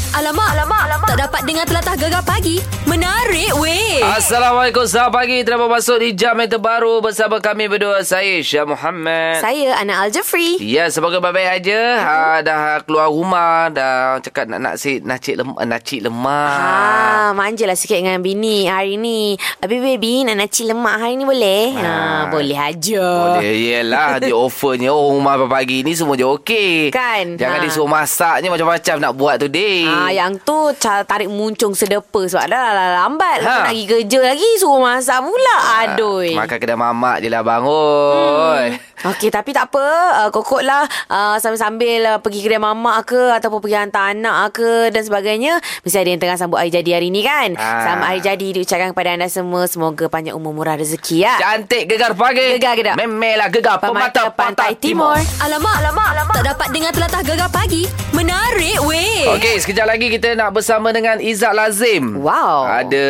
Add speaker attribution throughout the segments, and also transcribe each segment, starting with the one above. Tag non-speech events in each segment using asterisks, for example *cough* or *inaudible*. Speaker 1: Alamak, alamak, alamak. Tak dapat dengar telatah gegar pagi. Menarik, weh.
Speaker 2: Assalamualaikum Selamat pagi Terima masuk di jam yang terbaru Bersama kami berdua Saya Syah Muhammad
Speaker 1: Saya Hmm. Ana Al Jafri.
Speaker 2: Ya, semoga baik-baik aja. Ha, dah keluar rumah, dah cakap nak nak si nasi lem, nasi lemak.
Speaker 1: Ah, manjalah sikit dengan bini hari ni. Abi baby nak naci lemak hari ni boleh? Ha,
Speaker 2: Ah.
Speaker 1: boleh aja.
Speaker 2: Boleh, Ya, yelah Dia offernya Oh rumah pagi ni Semua dia okey
Speaker 1: Kan,
Speaker 2: Jangan
Speaker 1: ha.
Speaker 2: disuruh masaknya Macam-macam nak buat tu deh
Speaker 1: Ah, yang tu cara tarik muncung sedepa sebab dah lah, lah, lambat.
Speaker 2: Ha. Ah,
Speaker 1: Ha. Nak pergi kerja lagi suruh masak pula. Aduh.
Speaker 2: Makan kedai mamak je lah bangun hmm.
Speaker 1: Okey tapi tak apa uh, Kokot lah uh, Sambil-sambil uh, pergi kedai mamak ke Ataupun pergi hantar anak ke Dan sebagainya Mesti ada yang tengah sambut hari jadi hari ni kan
Speaker 2: Ah.
Speaker 1: Selamat hari jadi diucapkan kepada anda semua Semoga panjang umur murah rezeki ya
Speaker 2: Cantik gegar pagi
Speaker 1: Gegar gedak.
Speaker 2: Memelah gegar Pemata, Pantai, Timur,
Speaker 1: alamak, alamak, alamak Tak dapat dengar telatah gegar pagi Menarik weh
Speaker 2: Okey, sekejap lagi kita nak bersama dengan Izzat Lazim.
Speaker 1: Wow.
Speaker 2: Ada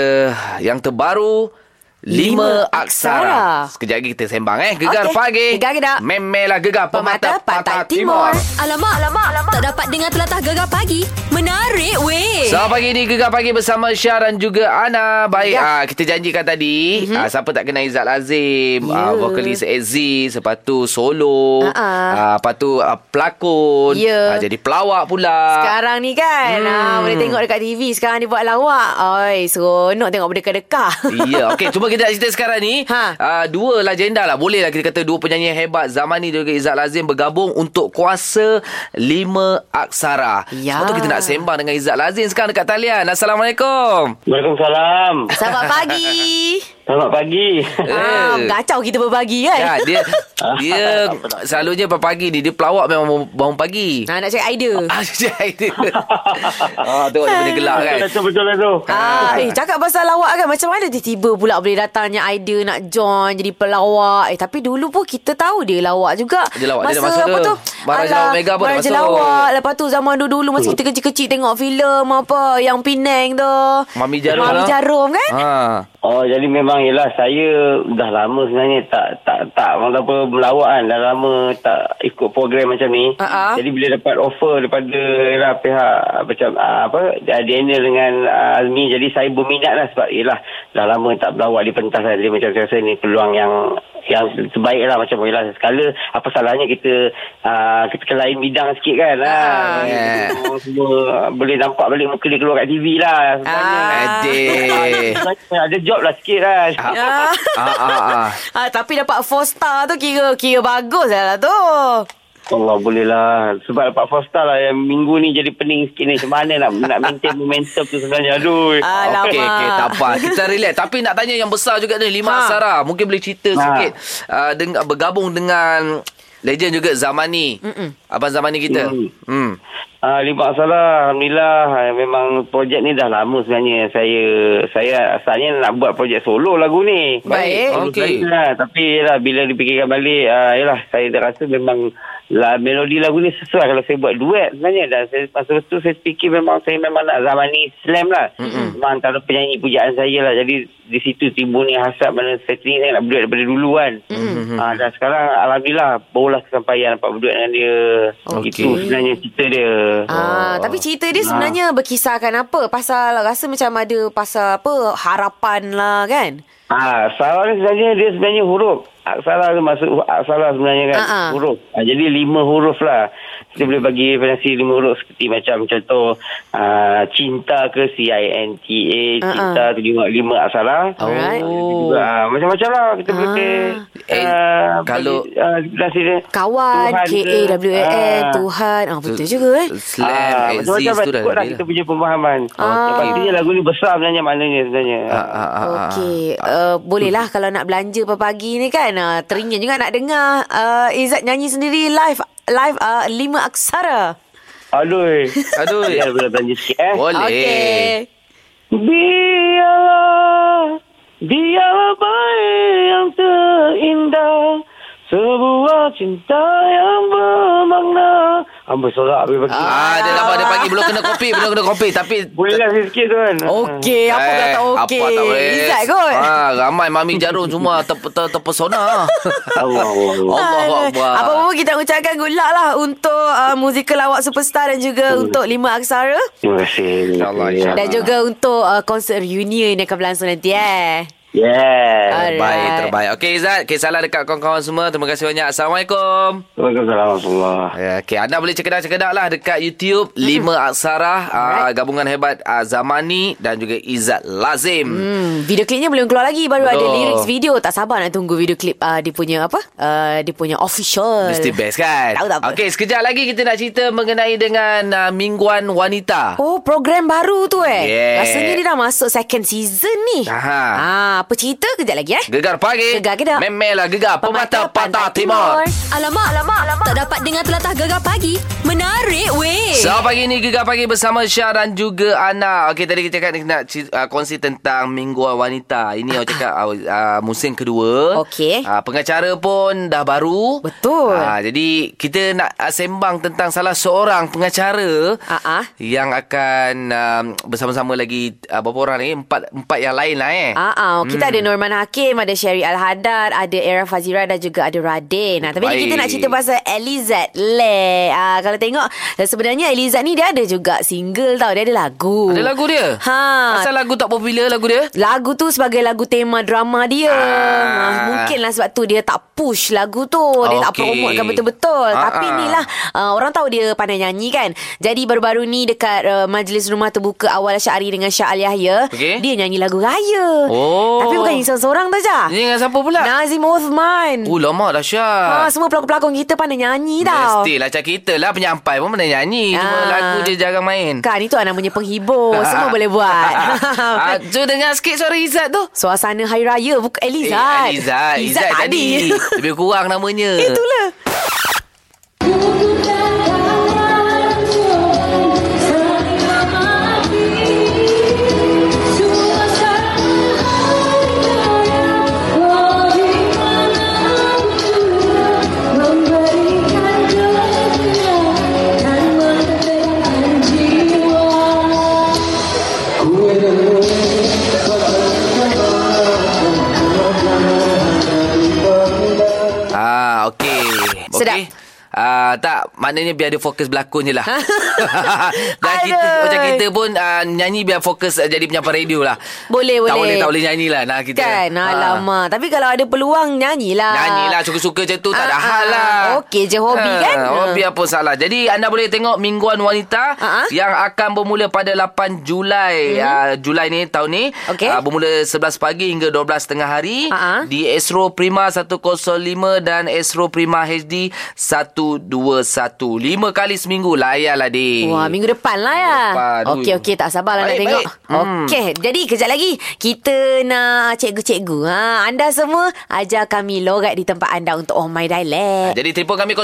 Speaker 2: yang terbaru Lima
Speaker 1: Lima
Speaker 2: Aksara.
Speaker 1: Aksara.
Speaker 2: Sekejap lagi kita sembang eh. Gegar
Speaker 1: Okey,
Speaker 2: pagi.
Speaker 1: gegar gedak.
Speaker 2: Memelah gegar Pemata, Pantai, Timur.
Speaker 1: Alamak, alamak, alamak Tak dapat dengar telatah gegar pagi Menarik weh
Speaker 2: Selamat pagi ni Gegar pagi bersama Syah dan juga Ana Baik
Speaker 1: Ya. Mhm.
Speaker 2: ya. kita janjikan tadi mm-hmm. Siapa tak kenal Izzat Lazim
Speaker 1: Ya.
Speaker 2: yeah. Vokalis Aziz Lepas tu solo
Speaker 1: Ha-ha.
Speaker 2: ah, Lepas tu ah, pelakon
Speaker 1: Ya.
Speaker 2: Ah, Jadi pelawak pula
Speaker 1: Sekarang ni kan hmm. ah, Boleh tengok dekat TV Sekarang dia buat lawak Oi, seronok tengok berdeka-deka
Speaker 2: Ya, okey. Cuma kita nak cerita sekarang ni, ha.
Speaker 1: Ha.
Speaker 2: uh, dua legenda lah. Boleh lah kita kata dua penyanyi yang hebat zaman ni juga Izzat Lazim bergabung untuk kuasa lima aksara.
Speaker 1: Ya.
Speaker 2: Sebab tu kita nak sembang dengan Izzat Lazim sekarang dekat talian. Assalamualaikum.
Speaker 3: Waalaikumsalam.
Speaker 1: *laughs* Selamat pagi
Speaker 3: Selamat pagi.
Speaker 1: ah, Kacau kita berbagi kan
Speaker 2: Eh. Ya, dia dia selalunya pagi ni dia pelawak memang bangun
Speaker 1: *laughs*
Speaker 2: pagi.
Speaker 1: Ah, nak cari idea
Speaker 2: Ah, dia. *laughs* Ah, tengok dia punya gelak kan.
Speaker 3: Betul-betul lah tu.
Speaker 1: Ah, eh, cakap pasal lawak kan Macam mana tiba-tiba pula Boleh datangnya idea Nak join Jadi pelawak Eh tapi dulu pun Kita tahu dia lawak juga
Speaker 2: Dia lawak, dia ada masa tu. Maharaja
Speaker 1: alah,
Speaker 2: Omega pun ada
Speaker 1: Maharaja
Speaker 2: masa tu.
Speaker 1: lawak Lepas tu zaman dulu-dulu Masa kita kecil-kecil Tengok filem apa Yang Penang tu
Speaker 2: Mami Jarum
Speaker 1: Mami
Speaker 2: lah.
Speaker 1: Jarum kan
Speaker 2: Ha.
Speaker 3: Oh jadi memang ialah saya dah lama sebenarnya tak tak tak orang apa melawak kan dah lama tak ikut program macam ni.
Speaker 1: Ah, ah.
Speaker 3: Jadi bila dapat offer daripada ialah pihak ah, macam ah, apa ah, Daniel dengan ah, Azmi jadi saya berminat lah sebab ialah dah lama tak melawak di pentas kan. Jadi macam saya rasa ni peluang yang yang terbaik lah macam ialah sekala apa salahnya kita ah, kita ke lain bidang sikit kan.
Speaker 1: Ah.
Speaker 3: Ah, Semua- semua boleh nampak balik muka dia keluar kat TV lah sebenarnya.
Speaker 1: Ah.
Speaker 3: *laughs*
Speaker 2: Adik.
Speaker 3: Ada job lah sikit lah.
Speaker 1: ah.
Speaker 2: Ah, ah, ah.
Speaker 1: *laughs* ah, Tapi dapat 4 star tu Kira kira bagus lah tu
Speaker 3: Allah boleh lah. Sebab dapat four star lah. Yang minggu ni jadi pening sikit ni. Macam mana nak, nak maintain momentum tu sebenarnya. Aduh.
Speaker 1: Alamak.
Speaker 2: Okey, okey, tak apa. Kita relax. Tapi nak tanya yang besar juga ni, Lima ha.
Speaker 1: Ha.
Speaker 2: Sarah. Mungkin boleh cerita ha.
Speaker 3: Ha.
Speaker 2: sikit uh, deng- bergabung dengan legend juga Zamani. Mm-mm. Abang Zamani kita.
Speaker 3: Mm.
Speaker 2: Hmm.
Speaker 3: Ah, Lima Salah, Alhamdulillah. Ah, Memang projek ni dah lama sebenarnya. Saya saya asalnya nak buat projek solo lagu ni.
Speaker 1: Baik.
Speaker 3: Solo
Speaker 2: Okey.
Speaker 3: saya Lah. Tapi lah, bila dipikirkan balik, ah, yalah, saya dah rasa memang lah, melodi lagu ni sesuai kalau saya buat duet sebenarnya. Dan saya, masa tu saya fikir memang saya memang nak zaman ni slam lah. Mm-hmm. Memang antara penyanyi pujaan saya lah. Jadi di situ timbul ni hasrat mana saya ni saya nak berduet daripada dulu kan. Mm-hmm. Ah, dan sekarang Alhamdulillah barulah kesampaian dapat berduet dengan dia.
Speaker 2: Okey.
Speaker 3: Itu sebenarnya cerita dia.
Speaker 2: Oh.
Speaker 1: Ah, tapi cerita dia
Speaker 2: Ah.
Speaker 1: sebenarnya berkisahkan apa? Pasal rasa macam ada pasal apa harapan lah kan?
Speaker 3: Ah, Sarah ni sebenarnya dia sebenarnya huruf. Aksara tu masuk aksara sebenarnya kan.
Speaker 1: Ah, ah.
Speaker 3: Huruf. Ah, jadi lima huruf lah. Kita boleh bagi referensi lima huruf seperti macam contoh ah, cinta ke C-I-N-T-A.
Speaker 1: Ah, ah.
Speaker 3: Cinta tu lima, lima aksara.
Speaker 1: Alright. Ha.
Speaker 3: Juga, ah, macam-macam lah kita boleh
Speaker 2: Ah. Eh,
Speaker 3: ah,
Speaker 2: kalau-
Speaker 3: bagi, ah, referensi dia.
Speaker 1: Kawan,
Speaker 3: Tuhan ke.
Speaker 1: K-A-W-A-N,
Speaker 3: Ah.
Speaker 1: Tuhan. Ah, betul juga kan?
Speaker 3: Ah,
Speaker 2: Slam, eh, Aziz
Speaker 3: macam-macam
Speaker 2: tu dah.
Speaker 3: ikut lah
Speaker 2: lebih
Speaker 3: kita
Speaker 2: lah.
Speaker 3: punya pemahaman.
Speaker 1: Ah.
Speaker 3: Yang pastinya lagu ni besar sebenarnya maknanya sebenarnya.
Speaker 2: Ah, ah, ah, ah.
Speaker 1: Okey, uh, bolehlah kalau nak belanja pagi ni kan. Uh, teringin juga nak dengar uh, Izzat nyanyi sendiri live live uh, lima aksara.
Speaker 3: Aduh.
Speaker 2: Aduh.
Speaker 3: Ya, boleh belanja sikit eh.
Speaker 2: Boleh.
Speaker 1: Okey.
Speaker 3: Biarlah, biarlah baik yang terindah Sebuah cinta yang bermakna Hamba sorak pagi-pagi.
Speaker 2: Ah, dia nampak dia pagi belum kena kopi, belum kena kopi tapi Eh,
Speaker 3: Boleh lah sikit tu kan.
Speaker 1: Okey, apa kau tak okey?
Speaker 2: Apa tak boleh.
Speaker 1: Izzat kot.
Speaker 2: Ha, ramai mami jarum semua ter, ter, terpesona.
Speaker 3: Allah, Allah, Allah.
Speaker 2: Allahu Akbar.
Speaker 1: Apa pun kita ucapkan good luck lah untuk uh, musikal awak superstar dan juga
Speaker 2: Hmm.
Speaker 1: untuk lima aksara
Speaker 3: Terima kasih.
Speaker 2: InsyaAllah, insyaAllah.
Speaker 1: dan juga untuk uh, konsert reunion yang akan berlangsung nanti eh. *laughs*
Speaker 3: Yeah.
Speaker 1: Alright.
Speaker 2: Terbaik, terbaik. Okey Izzat, kisahlah dekat kawan-kawan semua. Terima kasih banyak. Assalamualaikum.
Speaker 3: Waalaikumsalam warahmatullahi
Speaker 2: Ya, Okey, anda boleh cekedah-cekedah lah dekat YouTube
Speaker 1: Hmm.
Speaker 2: Lima Aksara uh, gabungan hebat uh, Zamani dan juga Izzat Lazim.
Speaker 1: Hmm, video klipnya belum keluar lagi baru ada
Speaker 2: Belum.
Speaker 1: lyrics video tak sabar nak tunggu video klip uh, dia punya apa? Uh, dia punya official.
Speaker 2: Mesti best kan?
Speaker 1: Tahu tak apa.
Speaker 2: Okey, sekejap lagi kita nak cerita mengenai dengan uh, mingguan wanita.
Speaker 1: Oh, program baru tu eh.
Speaker 2: Yeah.
Speaker 1: Rasanya dia dah masuk second season ni.
Speaker 2: Aha.
Speaker 1: Ah, apa cerita kejap lagi eh?
Speaker 2: Gegar pagi.
Speaker 1: Gegar ke tak?
Speaker 2: Memelah gegar pemata, patah timur.
Speaker 4: Alamak, alamak, alamak. Tak dapat dengar telatah gegar pagi. Menarik weh.
Speaker 2: So pagi ni Gegar Pagi bersama Syah dan juga Ana Okey tadi kita cakap ni nak cer- uh, kongsi tentang Mingguan Wanita Ini orang cakap uh, uh, musim kedua
Speaker 1: Okey.
Speaker 2: uh, Pengacara pun dah baru
Speaker 1: Betul.
Speaker 2: uh, Jadi kita nak uh, sembang tentang salah seorang pengacara
Speaker 1: Ah, ah.
Speaker 2: Yang akan um, bersama-sama lagi uh, berapa orang ni? Empat, empat yang lain lah eh
Speaker 1: Ah, ah. kita ada Norman Hakim, ada Sherry Al-Haddad, ada Era Fazira dan juga ada Radin. Nah, tapi ni
Speaker 2: Baik.
Speaker 1: kita nak cerita pasal Elizad Le. Ah, kalau tengok sebenarnya Elizad ni dia ada juga single tau, dia ada lagu.
Speaker 2: Ada lagu
Speaker 1: uh.
Speaker 2: dia?
Speaker 1: Ha.
Speaker 2: Asal lagu tak popular lagu dia?
Speaker 1: Lagu tu sebagai lagu tema drama dia.
Speaker 2: Ah.
Speaker 1: Ah. Mungkinlah sebab tu dia tak push lagu tu. Dia tak
Speaker 2: Okey.
Speaker 1: promotekan betul-betul.
Speaker 2: Ah,
Speaker 1: Tapi
Speaker 2: ah.
Speaker 1: ni lah uh, orang tahu dia pandai nyanyi kan. Jadi baru-baru ni dekat uh, majlis rumah terbuka awal Syahari dengan Syah Al Yahya,
Speaker 2: Okey.
Speaker 1: dia nyanyi lagu raya.
Speaker 2: Oh.
Speaker 1: Tapi bukan nyanyi seorang-seorang tu je.
Speaker 2: Ini dengan siapa pula?
Speaker 1: Nazim Uthman.
Speaker 2: Oh lama dah Syah
Speaker 1: Ha, semua pelakon-pelakon kita pandai nyanyi tau.
Speaker 2: Mestilah macam kita lah Penyampai pun pernah nyanyi Cuma
Speaker 1: Ah.
Speaker 2: lagu je jarang main
Speaker 1: Kan itu anak punya penghibur.
Speaker 2: *laughs*
Speaker 1: semua boleh buat. *laughs* Kan?
Speaker 2: ah, Jom dengar sikit suara Izzat tu
Speaker 1: Suasana Hari Raya bukan Elizad.
Speaker 2: Eh, Izzat Izzat
Speaker 1: *laughs*
Speaker 2: tadi Lebih kurang namanya
Speaker 1: Itulah.
Speaker 2: Ah, okey.
Speaker 1: Sedap.
Speaker 2: Okey. Ah, tak, maknanya biar dia fokus berlakon
Speaker 1: *laughs*
Speaker 2: je lah. *laughs* Dan kita,
Speaker 1: Aduh.
Speaker 2: macam kita pun ah, nyanyi biar fokus ah, jadi penyampai radio lah.
Speaker 1: Boleh,
Speaker 2: Tak
Speaker 1: boleh.
Speaker 2: boleh, tak boleh nyanyi lah nah, kita.
Speaker 1: Kan
Speaker 2: Ah.
Speaker 1: Alamak Tapi kalau ada peluang Nyanyilah
Speaker 2: Nyanyilah suka-suka macam tu Tak
Speaker 1: Ah,
Speaker 2: ada
Speaker 1: ah,
Speaker 2: hal lah
Speaker 1: ah. Okey je hobi,
Speaker 2: Ah,
Speaker 1: kan?
Speaker 2: Hobi apa salah Jadi anda boleh tengok Mingguan Wanita
Speaker 1: Ah, ah.
Speaker 2: Yang akan bermula pada 8 Julai Ah, Julai ni tahun ni
Speaker 1: Okey.
Speaker 2: Ah, Bermula 11 pagi hingga 12.30 hari
Speaker 1: Ah, ah.
Speaker 2: Di Astro Prima 105 Dan Astro Prima HD 121 Lima kali seminggu lah, Layanlah deh
Speaker 1: Wah minggu depan lah ya
Speaker 2: depan. Ui.
Speaker 1: Okey okey tak sabar lah nak
Speaker 2: Baik,
Speaker 1: tengok
Speaker 2: baik. Hmm.
Speaker 1: Okey Jadi kejap lagi Kita nak Cikgu-cikgu ha, Anda semua Ajar kami lorat di tempat anda Untuk Oh My Dialect
Speaker 2: Jadi telefon kami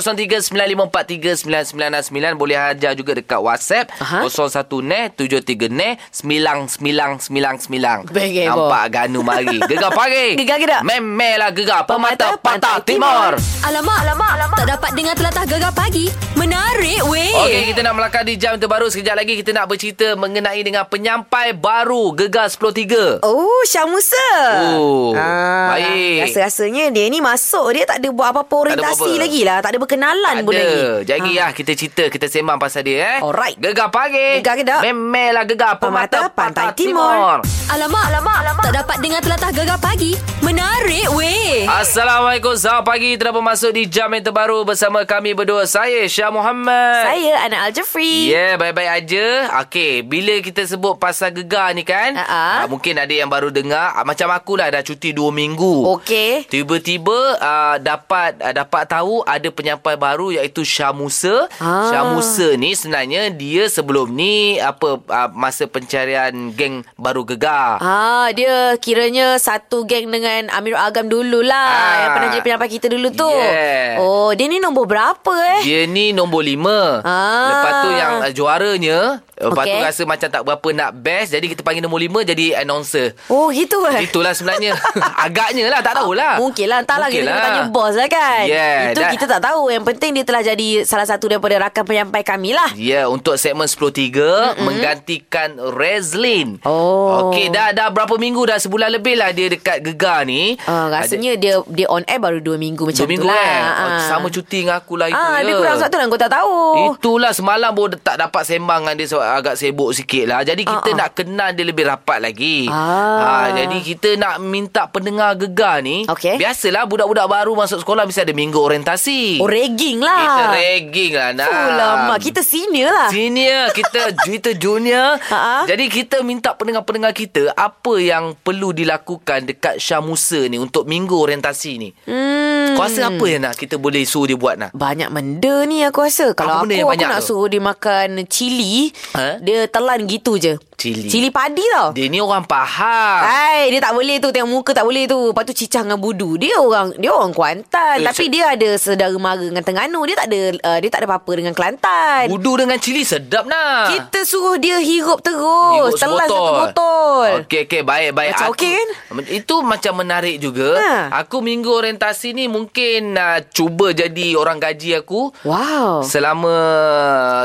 Speaker 2: 0395439969 boleh ajar juga dekat WhatsApp
Speaker 1: Aha.
Speaker 2: 01 ne 73 ne 9999.
Speaker 1: Baik,
Speaker 2: Nampak ganu
Speaker 1: *laughs*
Speaker 2: mari. Gegar pagi.
Speaker 1: Gegar ke tak?
Speaker 2: Memelah gegar pemata,
Speaker 1: Pemata Pantai
Speaker 2: patah timur.
Speaker 4: Alamak, alamak, alamak. Tak dapat dengar telatah gegar pagi. Menarik weh.
Speaker 2: Okey, kita nak melakar di jam terbaru sekejap lagi kita nak bercerita mengenai dengan penyampai baru Gegar 103.
Speaker 1: Oh Syah Musa
Speaker 2: Oh,
Speaker 1: Ah,
Speaker 2: baik.
Speaker 1: Rasa-rasanya dia ni masuk Dia tak ada buat apa-apa
Speaker 2: Tak ada
Speaker 1: orientasi
Speaker 2: apa-apa.
Speaker 1: lagi lah Tak ada berkenalan
Speaker 2: Tak
Speaker 1: pun
Speaker 2: ada.
Speaker 1: lagi Ah.
Speaker 2: Jadi ha. lah kita cerita, kita sembang pasal dia eh.
Speaker 1: Alright.
Speaker 2: Gegar pagi.
Speaker 1: Gegar ke tak?
Speaker 2: Memelah gegar pemata,
Speaker 1: Pemata
Speaker 2: patah
Speaker 1: Pantai
Speaker 2: timur.
Speaker 1: Timur.
Speaker 4: Alamak, alamak, alamak. Tak dapat dengar telatah gegar pagi. Menarik
Speaker 1: Eh.
Speaker 4: weh.
Speaker 2: Assalamualaikum Selamat pagi Terdapat masuk di jam yang terbaru Bersama kami berdua Saya Syah Muhammad
Speaker 1: Saya Anak Al-Jafri
Speaker 2: Ya, yeah, baik-baik aja. Okey, bila kita sebut pasal gegar ni kan,
Speaker 1: Ah, ah.
Speaker 2: ah, mungkin ada yang baru dengar. Ah, macam akulah dah cuti 2 minggu.
Speaker 1: Okey
Speaker 2: Tiba-tiba uh, dapat uh, dapat tahu ada penyampai baru iaitu Syah Musa.
Speaker 1: Ah.
Speaker 2: Syah Musa ni sebenarnya dia sebelum ni apa uh, masa pencarian geng baru gegar.
Speaker 1: Ah, dia kiranya satu geng dengan Amirul Agam dululah
Speaker 2: Ah.
Speaker 1: ah. yang pernah jadi penyampai kita dulu tu.
Speaker 2: Yeah.
Speaker 1: Oh, dia ni nombor berapa eh?
Speaker 2: Dia ni nombor lima
Speaker 1: Ah.
Speaker 2: Lepas tu yang uh, juaranya Lepas okay. tu
Speaker 1: Okey.
Speaker 2: rasa macam tak berapa nak best Jadi kita panggil nombor lima jadi announcer
Speaker 1: Oh gitu eh
Speaker 2: Itulah sebenarnya *laughs* Agaknya lah Tak tahulah
Speaker 1: Mungkin lah Entahlah kita kena tanya bos lah kan
Speaker 2: Yeah,
Speaker 1: Itu
Speaker 2: that-
Speaker 1: kita tak tahu Yang penting dia telah jadi Salah satu daripada rakan penyampai kami lah
Speaker 2: Ya, untuk segmen 103 mm-hmm. menggantikan Rezlin.
Speaker 1: Oh.
Speaker 2: Okey, dah dah berapa minggu dah sebulan lebih lah dia dekat Gegar ni.
Speaker 1: uh, Rasanya dia dia on air baru 2 minggu
Speaker 2: Ada, dua
Speaker 1: macam
Speaker 2: minggu
Speaker 1: tu lah
Speaker 2: kan. Uh. Sama cuti dengan aku lah itu.
Speaker 1: Ah,
Speaker 2: ya.
Speaker 1: lebih kurang sebab tu lah kau tak tahu.
Speaker 2: Itulah semalam pun tak dapat sembang dengan dia sebab agak sibuk sikit lah. Jadi kita
Speaker 1: Ah, ah.
Speaker 2: nak kenal dia lebih rapat lagi.
Speaker 1: Ah.
Speaker 2: jadi kita nak minta pendengar gegar ni.
Speaker 1: Okey.
Speaker 2: Biasalah budak-budak baru masuk sekolah mesti ada minggu orientasi.
Speaker 1: Oh, ragging lah.
Speaker 2: Kita ragging lah nak.
Speaker 1: Alamak, kita senior lah.
Speaker 2: Senior
Speaker 1: *laughs*
Speaker 2: Kita Kita junior
Speaker 1: Ha-ha.
Speaker 2: Jadi kita minta pendengar-pendengar kita Apa yang perlu dilakukan Dekat Syah Musa ni Untuk minggu orientasi ni
Speaker 1: Hmm.
Speaker 2: Kau rasa apa yang nak Kita boleh suruh dia buat nak
Speaker 1: Banyak benda ni aku rasa. Kalau
Speaker 2: benda
Speaker 1: aku,
Speaker 2: yang
Speaker 1: aku
Speaker 2: banyak
Speaker 1: nak
Speaker 2: tu?
Speaker 1: suruh dia makan cili,
Speaker 2: Ha?
Speaker 1: dia telan gitu je.
Speaker 2: Cili.
Speaker 1: Cili padi tau.
Speaker 2: Dia ni orang faham
Speaker 1: Oh. Hai, dia tak boleh tu tengok muka tak boleh tu. Lepas tu cicah dengan budu. Dia orang dia orang Kuantan,
Speaker 2: Eh,
Speaker 1: tapi
Speaker 2: se-
Speaker 1: dia ada saudara mara dengan Terengganu. Dia tak ada uh, dia tak ada apa-apa dengan Kelantan.
Speaker 2: Budu dengan cili sedap nak
Speaker 1: Kita suruh dia hirup terus.
Speaker 2: Ikut
Speaker 1: telan satu botol.
Speaker 2: Ah, Okey okey baik baik.
Speaker 1: Macam
Speaker 2: Aku-
Speaker 1: okey kan?
Speaker 2: Itu macam menarik juga.
Speaker 1: Ha.
Speaker 2: Aku minggu orientasi ni mungkin uh, cuba jadi orang gaji aku.
Speaker 1: Wow.
Speaker 2: Selama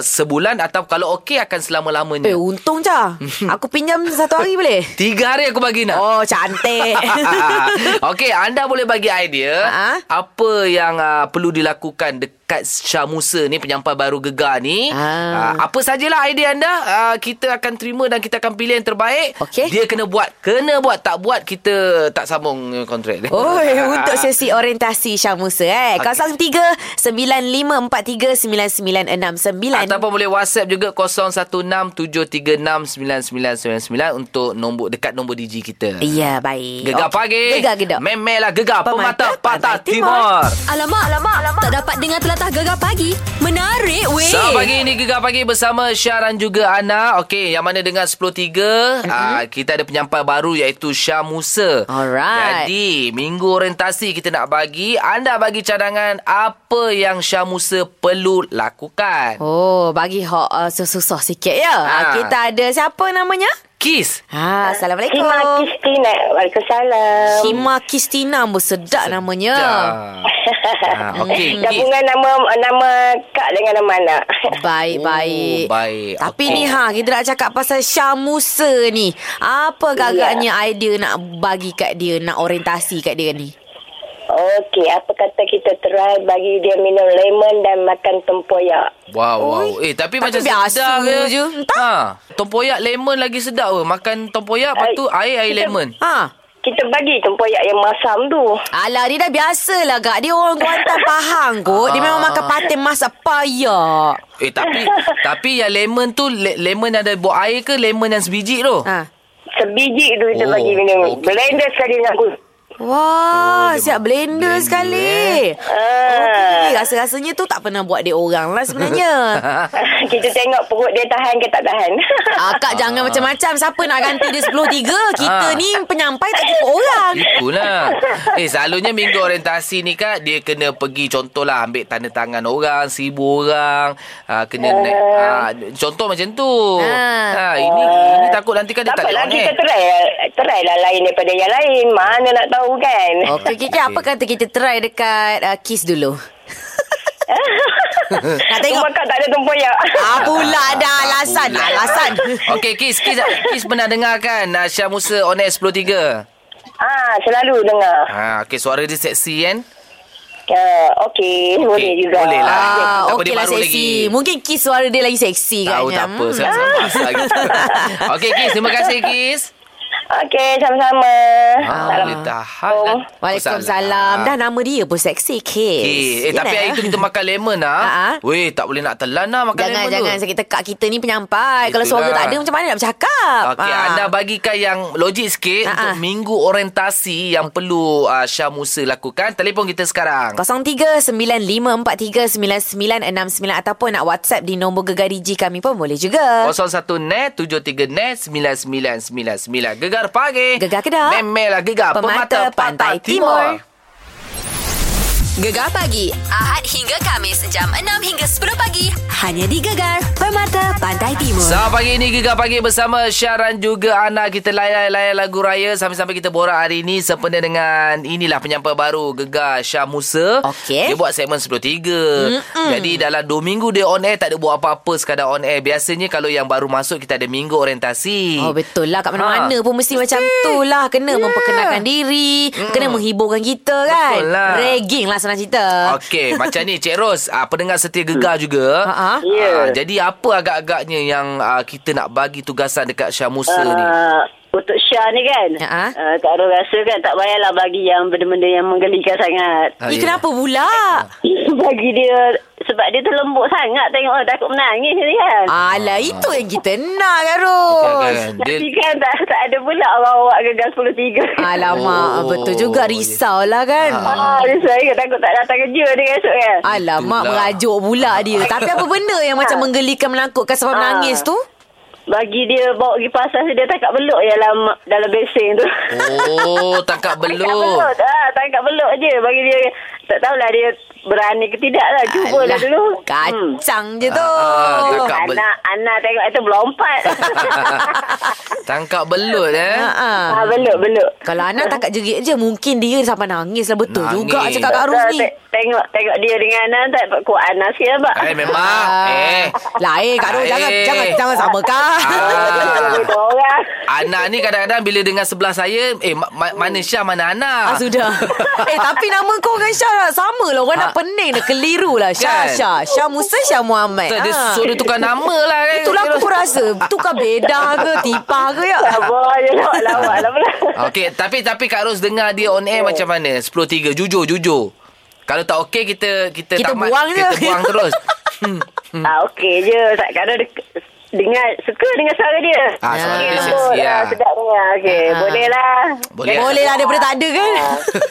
Speaker 2: sebulan atau kalau okey akan selama-lamanya.
Speaker 1: Eh, untung
Speaker 2: *laughs*
Speaker 1: je. Aku pinjam satu hari boleh?
Speaker 2: Tiga hari aku bagi nak.
Speaker 1: Oh,
Speaker 2: *laughs*
Speaker 1: cantik.
Speaker 2: Okey, anda boleh bagi idea
Speaker 1: Ha?
Speaker 2: apa yang uh, perlu dilakukan dekat Syah Musa ni penyampai baru gegar ni.
Speaker 1: Ah.
Speaker 2: Uh, apa sajalah idea anda, uh, kita akan terima dan kita akan pilih yang terbaik.
Speaker 1: Okey.
Speaker 2: Dia kena buat, kena buat, tak buat kita tak sambung eh, kontrak dia. Ah,
Speaker 1: Oi, untuk sesi orientasi Syah Musa eh.
Speaker 2: Okey.
Speaker 1: Okay. 03-9543-9969.
Speaker 2: Ataupun boleh WhatsApp juga 0167369999 untuk nombor dekat nombor DG kita.
Speaker 1: Ya, baik.
Speaker 2: Gegar
Speaker 1: Okey.
Speaker 2: pagi.
Speaker 1: Gegar gedok.
Speaker 2: Memelah gegar
Speaker 1: Pemata,
Speaker 2: pemata, patah
Speaker 1: Pantai
Speaker 2: timur.
Speaker 1: Timur.
Speaker 4: Alamak, alamak, alamak. Tak dapat dengar telatah gegar pagi. Menarik weh.
Speaker 2: Selamat pagi ini Gegar Pagi bersama Syaran juga Ana. Okey, yang mana dengan
Speaker 1: Mhm.
Speaker 2: 10.3 uh, kita ada penyampai baru iaitu Syah Musa.
Speaker 1: Alright.
Speaker 2: Jadi, minggu orientasi kita nak bagi, anda bagi cadangan apa yang Syah Musa perlu lakukan.
Speaker 1: Oh, bagi hak uh, susah sikit ya. Ha.
Speaker 2: Ah.
Speaker 1: Kita ada siapa namanya?
Speaker 2: Kiss.
Speaker 1: Ha, Assalamualaikum.
Speaker 5: Kima Kristina. Waalaikumsalam.
Speaker 1: Hima Kistina pun sedap namanya. *laughs*
Speaker 2: Dah. Ah, okey,
Speaker 1: Hmm.
Speaker 2: Kiss.
Speaker 5: Gabungan nama nama kak dengan nama anak. *laughs*
Speaker 1: Baik-baik.
Speaker 2: Oh, baik.
Speaker 1: Tapi
Speaker 2: Okey.
Speaker 1: ni ha, kita nak cakap pasal Syah Musa ni. Apa
Speaker 2: Ya.
Speaker 1: gagaknya yeah. idea nak bagi kat dia, nak orientasi kat dia ni?
Speaker 5: Okey, apa kata kita try bagi dia minum lemon dan makan tempoyak.
Speaker 2: Wow, wow. Eh, tapi,
Speaker 1: Tapi
Speaker 2: macam
Speaker 1: biasa
Speaker 2: sedap
Speaker 1: je. Entah.
Speaker 2: Ha, tempoyak lemon lagi sedap ke. Makan tempoyak, lepas tu air-air lemon.
Speaker 1: Ha.
Speaker 5: Kita bagi tempoyak yang masam tu.
Speaker 1: Alah dia dah biasalah kak Dia orang Kuantan Pahang kot Dia
Speaker 2: Ah.
Speaker 1: memang makan patin ya? masak payak
Speaker 2: Eh *laughs* tapi tapi yang lemon tu le- lemon yang ada buat air ke lemon yang sebiji tu?
Speaker 1: ha.
Speaker 5: Sebiji tu kita
Speaker 2: Oh,
Speaker 5: bagi minum.
Speaker 2: okey.
Speaker 5: Blender sekali dengan aku. *laughs*
Speaker 1: Wah oh, Siap blender,
Speaker 2: blender, eh?
Speaker 1: sekali
Speaker 5: Ah.
Speaker 1: Okey, Rasa-rasanya tu tak pernah buat dia orang lah sebenarnya
Speaker 5: kita tengok perut dia tahan ke tak tahan.
Speaker 1: Ah,
Speaker 5: *laughs*
Speaker 1: Kak jangan macam-macam Siapa nak ganti dia 10-3 Kita
Speaker 2: Ah.
Speaker 1: ni penyampai tak cukup orang
Speaker 2: *laughs* Itulah. Eh selalunya minggu orientasi ni kak dia kena pergi contohlah ambil tanda tangan orang, seribu orang, ha, kena naik ha, contoh macam tu. Ha,
Speaker 1: Ah.
Speaker 2: ini ini takut nanti kan dia tak boleh
Speaker 5: apalah
Speaker 2: on
Speaker 5: kita
Speaker 2: air.
Speaker 5: try. Try lah lain daripada yang lain. Mana nak tahu kan.
Speaker 2: Ah.
Speaker 5: *laughs*
Speaker 1: Okey Kiki apa kata kita try dekat uh, Kiss dulu Nak tengok
Speaker 5: Rumah kak tak ada ya. tempoyak.
Speaker 1: Ah pula dah alasan
Speaker 2: pula.
Speaker 1: Alasan
Speaker 2: *laughs* Okey Kis, Kis, Kis pernah dengar kan ah, Syah Musa on air 10.3?
Speaker 5: *laughs* Ah, selalu dengar.
Speaker 2: Ha, okey suara dia seksi kan?
Speaker 5: Uh, okey, okay. boleh juga.
Speaker 2: boleh
Speaker 1: *laughs*
Speaker 2: lah.
Speaker 1: Ah, okey
Speaker 2: Takut dia
Speaker 1: lah
Speaker 2: baru
Speaker 1: seksi.
Speaker 2: lagi.
Speaker 1: Mungkin kiss suara dia lagi seksi
Speaker 2: Tahu
Speaker 1: katnya.
Speaker 2: tak apa.
Speaker 1: Hmm.
Speaker 2: Saya hmm. pasal
Speaker 1: *laughs*
Speaker 2: gitu. Okey, Kis. Terima kasih, Kis.
Speaker 5: Okey, sama-sama.
Speaker 2: Ah,
Speaker 5: Salam.
Speaker 2: boleh tahan lah.
Speaker 1: Waalaikumsalam. Dah nama dia pun seksi kiss.
Speaker 2: Eh, eh
Speaker 1: Ya
Speaker 2: tapi
Speaker 1: lah.
Speaker 2: hari tu kita makan lemon
Speaker 1: *laughs*
Speaker 2: lah.
Speaker 1: Ha, ha.
Speaker 2: Weh, tak boleh nak telan lah makan
Speaker 1: Jangan
Speaker 2: lemon
Speaker 1: jangan
Speaker 2: tu.
Speaker 1: sakit tekak kita ni penyampai. Kalau suara
Speaker 2: Itulah.
Speaker 1: tak ada macam mana nak bercakap?
Speaker 2: Okey,
Speaker 1: Ah.
Speaker 2: anda bagikan yang logik sikit
Speaker 1: Ha,
Speaker 2: untuk
Speaker 1: ha.
Speaker 2: minggu orientasi yang perlu uh, Syah Musa lakukan. Telefon kita sekarang.
Speaker 1: 0395439969 ataupun nak WhatsApp di nombor gegar DG kami pun boleh juga.
Speaker 2: 01 net 73 net 9999 Gegar pagi
Speaker 1: Gegar Kedah.
Speaker 2: Memelah gegar Pemata, Pemata Pantai, Timur, Timur.
Speaker 4: Gegar pagi Ahad hingga Kamis jam 6 hingga 10 pagi hanya di Gegar. Bye. Permata Pantai Timur.
Speaker 2: Selamat pagi ni Gegar Pagi bersama Syaran juga Ana Kita layan-layan lagu raya Sampai-sampai kita borak hari ni Sempena dengan Inilah penyampai baru Gegar Syah Musa
Speaker 1: Okey.
Speaker 2: Dia buat segmen 10.3 Mm-mm. Jadi dalam 2 minggu dia on air Tak ada buat apa-apa Sekadar on air Biasanya kalau yang baru masuk Kita ada minggu orientasi
Speaker 1: Oh betul lah Kat mana-mana ha. pun mesti, mesti macam tu lah Kena
Speaker 2: Ya.
Speaker 1: yeah. memperkenalkan diri mm. Kena menghiburkan kita kan
Speaker 2: Betul lah.
Speaker 1: Ragging lah senang cerita
Speaker 2: Okey,
Speaker 1: *laughs*
Speaker 2: macam ni Cik Ros, uh, pendengar setia gegar juga.
Speaker 1: Ha, ha.
Speaker 2: Ah,
Speaker 5: Ya.
Speaker 2: jadi apa agak-agaknya yang uh, kita nak bagi tugasan dekat Syah Musa ni? Ya, ah.
Speaker 5: Uh, untuk Syah ni kan
Speaker 1: Ha-ha.
Speaker 5: uh, Kak Ro rasa kan tak payahlah bagi yang benda-benda yang menggelikan sangat
Speaker 2: Ah,
Speaker 1: Eh
Speaker 2: ya.
Speaker 1: kenapa pula
Speaker 5: *laughs* Bagi dia sebab dia terlembut sangat tengok oh, takut menangis ni kan
Speaker 2: Ah,
Speaker 1: Alah itu yang kita nak Kak
Speaker 2: Kan,
Speaker 1: Ros
Speaker 2: kan,
Speaker 5: Tapi
Speaker 2: Dia
Speaker 5: kan tak, tak ada pula awak-awak gegar 10.3
Speaker 1: Alamak
Speaker 2: Oh,
Speaker 1: Betul juga
Speaker 2: ya.
Speaker 1: risau lah kan
Speaker 2: Ha.
Speaker 5: *laughs* Ah, dia saya takut tak datang kerja dia esok kan
Speaker 1: Alamak
Speaker 2: Itulah.
Speaker 1: merajuk pula
Speaker 2: *laughs*
Speaker 1: dia Tapi apa benda yang macam menggelikan Melangkutkan sebab
Speaker 5: Ha.
Speaker 1: menangis tu
Speaker 5: Bagi dia bawa pergi pasar dia tangkap beluk je dalam, dalam beseng tu
Speaker 2: Oh, tangkap
Speaker 5: *laughs* Tangkap
Speaker 2: belum.
Speaker 5: beluk ah, Tangkap beluk je Bagi dia Tak tahulah dia berani ke tidak lah Cubalah
Speaker 1: Alah,
Speaker 5: dulu Hmm.
Speaker 1: Kacang je tu
Speaker 2: Ah, ah, tangkap. bel-
Speaker 5: Anak, anak tengok itu
Speaker 2: *laughs*
Speaker 5: melompat
Speaker 2: tangkap belut eh.
Speaker 1: Ha, ha.
Speaker 5: ah, Beluk, beluk
Speaker 1: Kalau Ana tak kat jerit je Mungkin dia sampai nangis lah Betul
Speaker 2: Nangis.
Speaker 1: juga cakap Kak Ros
Speaker 5: Tak,
Speaker 1: ni
Speaker 5: te- Tengok tengok dia dengan Anas tak kuat Anas ke abang.
Speaker 2: Eh memang eh.
Speaker 1: Lain Ah. Lah, Kak Ros
Speaker 2: Lain.
Speaker 1: jangan, jangan, jangan sama Kak
Speaker 2: Ah.
Speaker 5: Begitu orang.
Speaker 2: Anak ni kadang-kadang bila dengar sebelah saya, eh ma- ma- mana Syah
Speaker 1: Ah,
Speaker 2: mana Ana? *laughs*
Speaker 1: sudah. eh, tapi nama kau dengan Syah lah. sama lah. Orang nak
Speaker 2: Ah.
Speaker 1: pening dah keliru lah. Syah,
Speaker 2: Kan?
Speaker 1: Syah. Syah Musa, Syah Muhammad.
Speaker 2: Dia
Speaker 1: Ah.
Speaker 2: suruh dia tukar nama lah kan.
Speaker 1: Itulah aku pun rasa. Tukar beda ke, tipah ke ya.
Speaker 5: Sabar je lah lawak lah pula.
Speaker 2: Okey, tapi tapi Kak Ros dengar dia on
Speaker 1: Oh.
Speaker 2: air macam mana? 10.3 jujur jujur. Kalau tak okey kita kita,
Speaker 1: Kita
Speaker 2: tamat,
Speaker 1: buang je.
Speaker 2: kita buang
Speaker 1: *laughs*
Speaker 2: terus. Hmm.
Speaker 5: Ah okey je. Tak kena dek- dengar suka dengan suara dia.
Speaker 2: Ah, suara
Speaker 5: Okey,
Speaker 2: dia
Speaker 5: lembut.
Speaker 2: seksi,
Speaker 5: Ah,
Speaker 2: ah.
Speaker 5: Sedap dengar. Okey,
Speaker 1: Ah.
Speaker 5: boleh lah.
Speaker 2: *laughs*
Speaker 5: Ah,
Speaker 2: Boleh.
Speaker 1: Boleh lah daripada tak ada kan.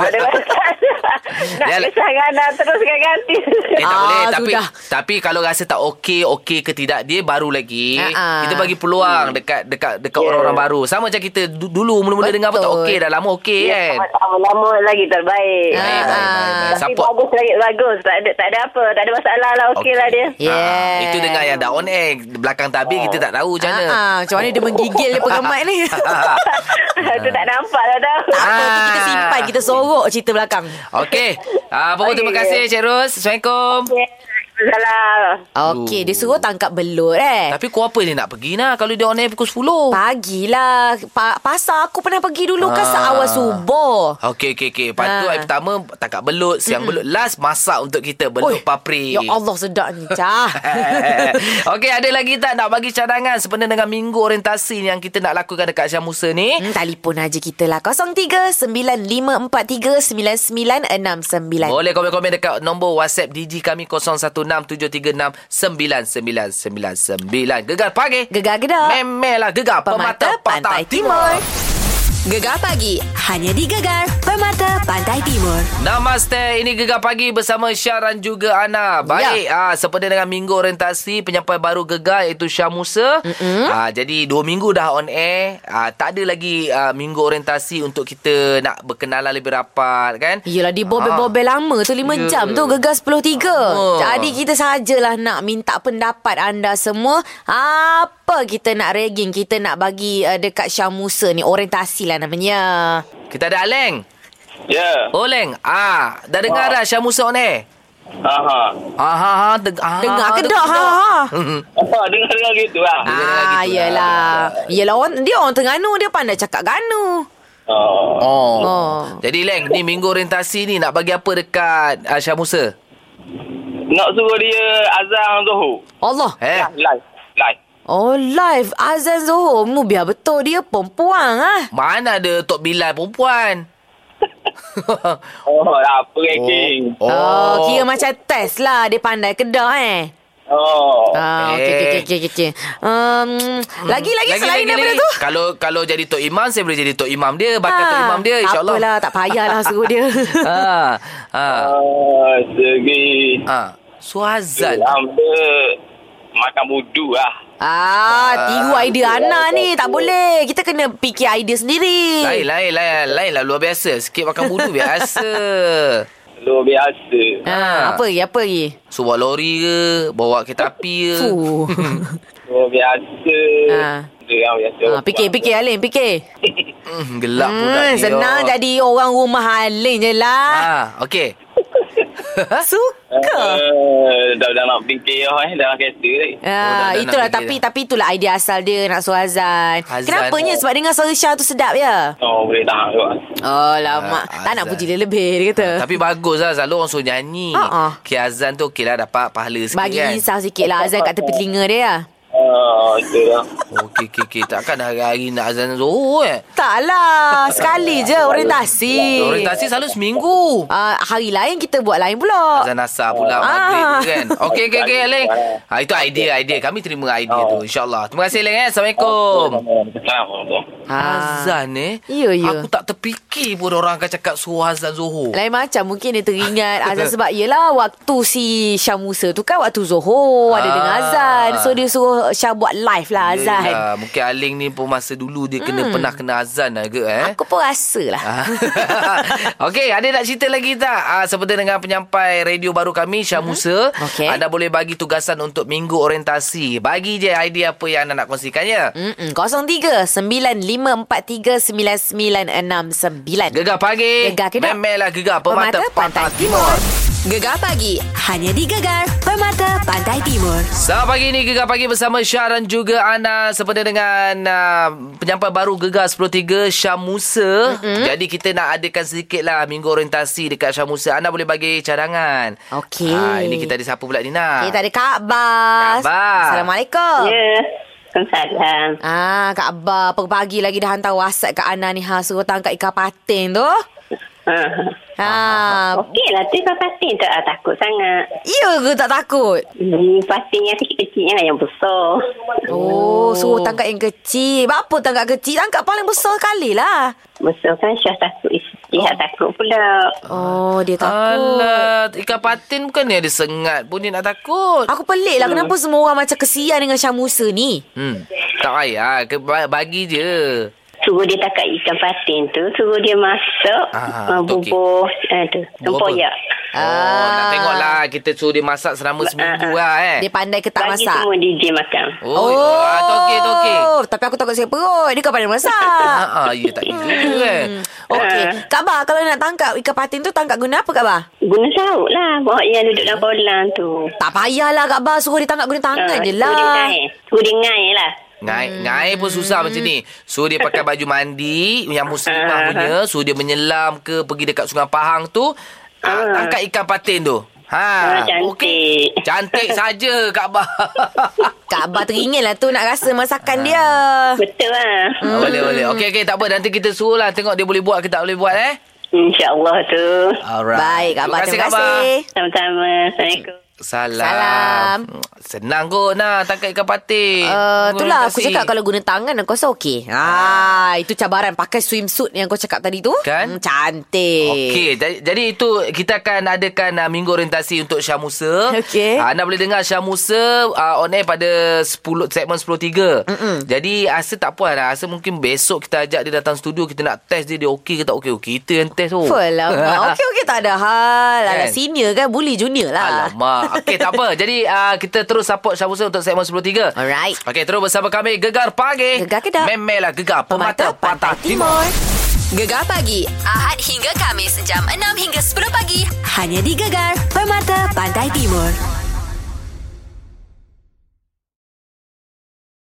Speaker 5: Ada masalah. Nak
Speaker 2: Dia-
Speaker 5: kisah dengan Anas terus kan ganti.
Speaker 2: Eh tak
Speaker 1: Ah,
Speaker 2: boleh tapi
Speaker 1: sudah.
Speaker 2: tapi kalau rasa tak okey okey ke tidak dia baru lagi
Speaker 1: Ah, ah.
Speaker 2: kita bagi peluang dekat dekat dekat orang-orang baru sama macam kita du- dulu mula-mula dengar apa tak
Speaker 1: Ya. Betul. Ya,
Speaker 2: okey dah lama okey kan
Speaker 5: Lama-lama Ah, lagi terbaik.
Speaker 1: Ah.
Speaker 2: baik baik baik, baik.
Speaker 5: Tapi
Speaker 2: support
Speaker 5: bagus lagi bagus. Tak ada tak ada apa, tak ada masalah lah. Okey lah dia.
Speaker 2: Ah,
Speaker 1: Yeah.
Speaker 2: itu dengar yang dah on air belakang tabir kita tak tahu macam
Speaker 1: Ah,
Speaker 2: mana *laughs* Ah,
Speaker 1: ah, macam mana dia menggigil dia pengamat ni.
Speaker 5: Itu tak nampak lah tau.
Speaker 1: Tak apa, tu kita simpan. Kita sorok cerita belakang.
Speaker 2: Okey. Ah, apa pun terima kasih Cik Ros. Assalamualaikum.
Speaker 5: Ya. Salah.
Speaker 1: Okey, dia suruh tangkap belut eh.
Speaker 2: Tapi kau apa ni nak pergi nak kalau dia on air pukul 10?
Speaker 1: Pagilah. Pa- pasar aku pernah pergi dulu kan
Speaker 2: Ah.
Speaker 1: seawal subuh.
Speaker 2: Okey okey okey. Lepas tu
Speaker 1: Ah.
Speaker 2: hari pertama tangkap belut, siang belut, last masak untuk kita
Speaker 1: Oi,
Speaker 2: belut papri.
Speaker 1: Ya Allah sedap ni Cah
Speaker 2: *laughs* Okey, ada lagi tak nak bagi cadangan sebenarnya dengan minggu orientasi ni yang kita nak lakukan dekat Syah Musa ni?
Speaker 1: Hmm, telefon aja kita lah 03-9543-9969
Speaker 2: Boleh komen-komen dekat nombor WhatsApp DG kami 0167369999. Gegar pagi.
Speaker 1: Gegar gedak
Speaker 2: Memelah gegar pemata,
Speaker 1: Pemata Pantai Timur
Speaker 4: Gegar pagi hanya di Gegar Permata Pantai Timur.
Speaker 2: Namaste, ini Gegar Pagi bersama Syaran juga Ana. Baik,
Speaker 1: Ya.
Speaker 2: ah, sempena dengan minggu orientasi penyampai baru Gegar iaitu Syah Musa. Ah, jadi dua minggu dah on air. Ah, tak ada lagi ah, minggu orientasi untuk kita nak berkenalan lebih rapat kan.
Speaker 1: Yelah dia bobel-bobel lama tu 5
Speaker 2: Ya.
Speaker 1: jam tu Gegar 10.3
Speaker 2: Ah.
Speaker 1: Jadi kita sajalah nak minta pendapat anda semua Apa kita nak ragging Kita nak bagi uh, dekat Syah Musa ni Orientasi lah namanya
Speaker 2: Kita ada Aleng.
Speaker 3: Ya.
Speaker 2: Oh, Leng. Ah, dah dengar dah Syah Musa on air?
Speaker 3: Aha.
Speaker 2: Ah, ha, ha, deng- ah,
Speaker 1: Dengar
Speaker 2: ha,
Speaker 1: ke tak ha, *laughs* ha.
Speaker 3: Apa dengar-dengar gitu lah.
Speaker 1: Ah,
Speaker 2: Dia dengar gitu lah.
Speaker 1: yelah Yelah orang, dia orang Terengganu Dia pandai cakap Ganu
Speaker 3: Oh.
Speaker 2: Oh.
Speaker 1: Oh.
Speaker 2: Jadi Leng, ni minggu orientasi ni nak bagi apa dekat ah, Syah Musa?
Speaker 3: Nak suruh dia azan zuhur.
Speaker 1: Allah
Speaker 2: Eh.
Speaker 3: Live. Live.
Speaker 1: Oh live Azan Zohor Mu biar betul Dia perempuan ah.
Speaker 2: Mana ada Tok Bilal perempuan?
Speaker 3: Oh, dah apa ranking.
Speaker 1: Oh. oh Kira macam test lah Dia pandai kedah eh
Speaker 3: Oh.
Speaker 1: Ah, okey okey okey okey okey. Um, lagi lagi selain daripada tu. *laughs*
Speaker 2: Kalau kalau jadi Tok Imam, saya boleh jadi Tok Imam dia. Bakal Tok
Speaker 1: Ah,
Speaker 2: Imam dia,
Speaker 1: tak
Speaker 2: insyaAllah.
Speaker 1: apalah, tak payahlah suruh dia.
Speaker 2: *laughs* ha, ha,
Speaker 3: Oh, segi.
Speaker 2: ha. Suazan.
Speaker 3: Hamba makan budu lah.
Speaker 1: Ah, tiru idea Ana ni tak boleh. Kita kena fikir idea sendiri. *laughs*
Speaker 2: Lain, lain, lain. Lain lah luar biasa. Sikit makan bulu biasa.
Speaker 6: Luar biasa.
Speaker 1: Ha, apa lagi? Apa lagi?
Speaker 2: So bawa lori ke Bawa kereta api ke
Speaker 1: Fuh.
Speaker 6: Luar biasa.
Speaker 1: Ah.
Speaker 6: Orang biasa.
Speaker 1: Ha, fikir, fikir Halim, fikir.
Speaker 2: hmm, Gelap pula
Speaker 1: Hmm,
Speaker 2: ni,
Speaker 1: senang
Speaker 2: oh.
Speaker 1: jadi orang rumah Halim je lah.
Speaker 2: Ah, okey.
Speaker 1: *laughs* Suka.
Speaker 6: Eh, dah, dah nak fikir oh, eh, dalam kereta ni.
Speaker 1: Ah,
Speaker 2: dah- dah
Speaker 1: itulah
Speaker 2: nak
Speaker 1: tapi
Speaker 2: fikir dah.
Speaker 1: tapi itulah idea asal dia nak suruh azan.
Speaker 2: Azan. oh.
Speaker 1: Kenapanya? Sebab dengar suara Syah tu sedap ya.
Speaker 6: Oh, boleh tahan juga.
Speaker 1: Oh, lama.
Speaker 2: Ah,
Speaker 1: tak nak
Speaker 2: azan.
Speaker 1: puji dia lebih dia kata.
Speaker 2: Tapi bagus lah Selalu orang suruh nyanyi
Speaker 1: Ah, ah.
Speaker 2: Okey azan tu Okey lah dapat pahala sikit
Speaker 1: Bagi
Speaker 2: kan
Speaker 1: insaf sikit lah azan kat tepi telinga dia ya.
Speaker 6: Oh, itu lah.
Speaker 2: Okey okey okey Takkan hari-hari nak azan Zuhur eh
Speaker 1: Taklah, sekali
Speaker 2: *laughs*
Speaker 1: je orientasi.
Speaker 2: Orientasi selalu seminggu
Speaker 1: Ah, hari lain kita buat lain pula.
Speaker 2: Azan asar pula
Speaker 1: Ah.
Speaker 2: Maghrib tu kan Okey okey okey Aleng ha, Itu idea idea Kami terima idea tu InsyaAllah Terima kasih Aleng eh Assalamualaikum
Speaker 1: Hmm.
Speaker 6: Assalamualaikum.
Speaker 2: Azan eh
Speaker 1: Ya, ya.
Speaker 2: Aku tak terfikir pun Orang akan cakap Suruh azan Zuhur
Speaker 1: Lain macam mungkin dia teringat
Speaker 2: *laughs*
Speaker 1: azan sebab yelah waktu si Syah Musa tu kan waktu Zohor ada
Speaker 2: Ah.
Speaker 1: dengan azan. So dia suruh Syah buat live lah azan. Hmm.
Speaker 2: Yelah, Mungkin Aling ni pun Masa dulu dia kena Pernah kena azan lah ke eh
Speaker 1: Aku pun rasa lah.
Speaker 2: Ah. *laughs* Okey, ada nak cerita lagi tak? Ah, seperti dengan penyampai radio baru kami, Syah Musa.
Speaker 1: Hmm. Okey.
Speaker 2: Anda boleh bagi tugasan untuk minggu orientasi. Bagi je idea apa yang anda nak kongsikannya.
Speaker 1: *laughs* Mm-mm. 03 9543 9969.
Speaker 2: Gegar pagi.
Speaker 1: Gegar ke tak?
Speaker 2: Memelah gegar
Speaker 1: Pemata
Speaker 2: pemata,
Speaker 1: Pantai Timur.
Speaker 4: Gegar pagi hanya di Gegar Permata Pantai Timur.
Speaker 2: Selamat pagi ni Gegar Pagi bersama Syah dan juga Ana Seperti dengan uh, penyampai baru Gegar 103 Syah Musa mm-hmm. Jadi kita nak adakan sedikit lah Minggu orientasi dekat Syah Musa Ana boleh bagi cadangan
Speaker 1: Okey.
Speaker 2: Ah, Ini kita ada siapa pula Nina
Speaker 1: Kita ada Kak Bas.
Speaker 2: Ah. Kak Bas.
Speaker 1: Assalamualaikum.
Speaker 5: Ya. Assalamualaikum.
Speaker 1: Ah, Kak Abah pagi-pagi lagi dah hantar WhatsApp kat Ana ni ha suruh tangkap ikan patin tu.
Speaker 5: Ha. *laughs*
Speaker 1: Ha.
Speaker 5: Okey lah tu kau patin tak ah, takut sangat.
Speaker 1: Ya ke tak takut?
Speaker 5: Hmm, patin yang kecil-kecil lah yang besar.
Speaker 1: Oh, suruh tangkap yang kecil. Buat apa tangkap kecil? Tangkap paling besar kali lah.
Speaker 5: Besar kan Syah takut Syah takut pula.
Speaker 1: Oh, dia takut.
Speaker 2: Alah, ikan patin bukan ni ada sengat pun dia nak takut.
Speaker 1: Aku pelik lah kenapa semua orang macam kesian dengan Syah Musa ni.
Speaker 2: Hmm. Tak payah, ke, ba- bagi je.
Speaker 5: Suruh dia takat ikan patin tu Suruh dia masak
Speaker 2: Ah,
Speaker 5: ah, uh,
Speaker 2: betul,
Speaker 5: Bubuh uh, tu, Tempoyak
Speaker 2: Oh, ah. nak
Speaker 1: Ah.
Speaker 2: tengoklah kita suruh dia masak selama seminggu lah eh.
Speaker 1: Dia pandai ke tak
Speaker 5: Bagi
Speaker 1: masak?
Speaker 5: semua DJ makan
Speaker 2: Oh, oh. Ah, tokey, tokey.
Speaker 1: Tapi aku takut sakit perut. Dia kan pandai
Speaker 2: *laughs* Ah,
Speaker 1: masak.
Speaker 2: ah, ya tak kira juga kan.
Speaker 1: Okey. Kak Bah, kalau nak tangkap ikan patin tu, tangkap guna apa Kak Bah?
Speaker 5: Guna saut lah Bawa yang duduk dalam kolam tu
Speaker 1: Tak payahlah Kak Bah. Suruh dia tangkap guna tangan
Speaker 5: Ah,
Speaker 1: je
Speaker 5: Suruh dia
Speaker 1: lah.
Speaker 5: ngai Suruh dia ngai lah
Speaker 2: Ngai, ngai pun susah macam ni. Suruh dia pakai baju mandi yang muslimah
Speaker 5: Ah.
Speaker 2: punya,
Speaker 1: Eh.
Speaker 2: suruh dia menyelam ke pergi dekat Sungai Pahang tu,
Speaker 1: Eh.
Speaker 2: ah.
Speaker 5: Ah.
Speaker 2: angkat ikan patin tu. Ha,
Speaker 5: Ah, cantik.
Speaker 2: okey. Cantik saja Kak
Speaker 1: *laughs*
Speaker 2: Bah.
Speaker 1: Kak Bah teringin lah tu nak rasa
Speaker 2: Ah.
Speaker 1: masakan dia.
Speaker 5: Betul lah
Speaker 2: Hmm. Boleh boleh. Okey okey tak apa nanti kita suruh lah tengok dia boleh buat ke tak boleh buat eh.
Speaker 5: InsyaAllah tu
Speaker 2: Alright.
Speaker 1: Baik Kak Bah. Terima
Speaker 2: Kak Bah.
Speaker 1: kasih.
Speaker 5: Sama-sama Assalamualaikum
Speaker 2: Salam.
Speaker 1: Salam.
Speaker 2: Senang kot nak tangkap ikan
Speaker 1: Uh,
Speaker 2: patin. Eh, Terima
Speaker 1: itulah aku
Speaker 2: kasih.
Speaker 1: cakap kalau guna tangan aku rasa okey. Ah, itu cabaran pakai swimsuit yang kau cakap tadi tu. Hmm,
Speaker 2: Kan?
Speaker 1: cantik.
Speaker 2: Okey, jadi- jadi itu kita akan adakan uh, minggu orientasi untuk Syah Musa.
Speaker 1: Okey.
Speaker 2: Uh, anda boleh dengar Syah Musa uh, on air pada 10 segmen 103. Mm-mm. Jadi rasa tak puas lah. Rasa mungkin besok kita ajak dia datang studio kita nak test dia dia okey ke tak okey. Okey, kita yang test oh. tu. *laughs*
Speaker 1: Apa lama. Okey lah. okey tak ada hal. Alah
Speaker 2: Kan?
Speaker 1: senior kan bully junior lah.
Speaker 2: Alamak. Okey, tak apa. Jadi, uh, kita terus support Syah Musa untuk segmen 13.
Speaker 1: Alright.
Speaker 2: Okey, terus bersama kami Gegar Pagi.
Speaker 1: Gegar Kedah.
Speaker 2: Memelah Gegar Pemata, Patah Timur.
Speaker 4: Gegar pagi Ahad hingga Kamis jam 6 hingga 10 pagi hanya di Gegar Permata Pantai Timur.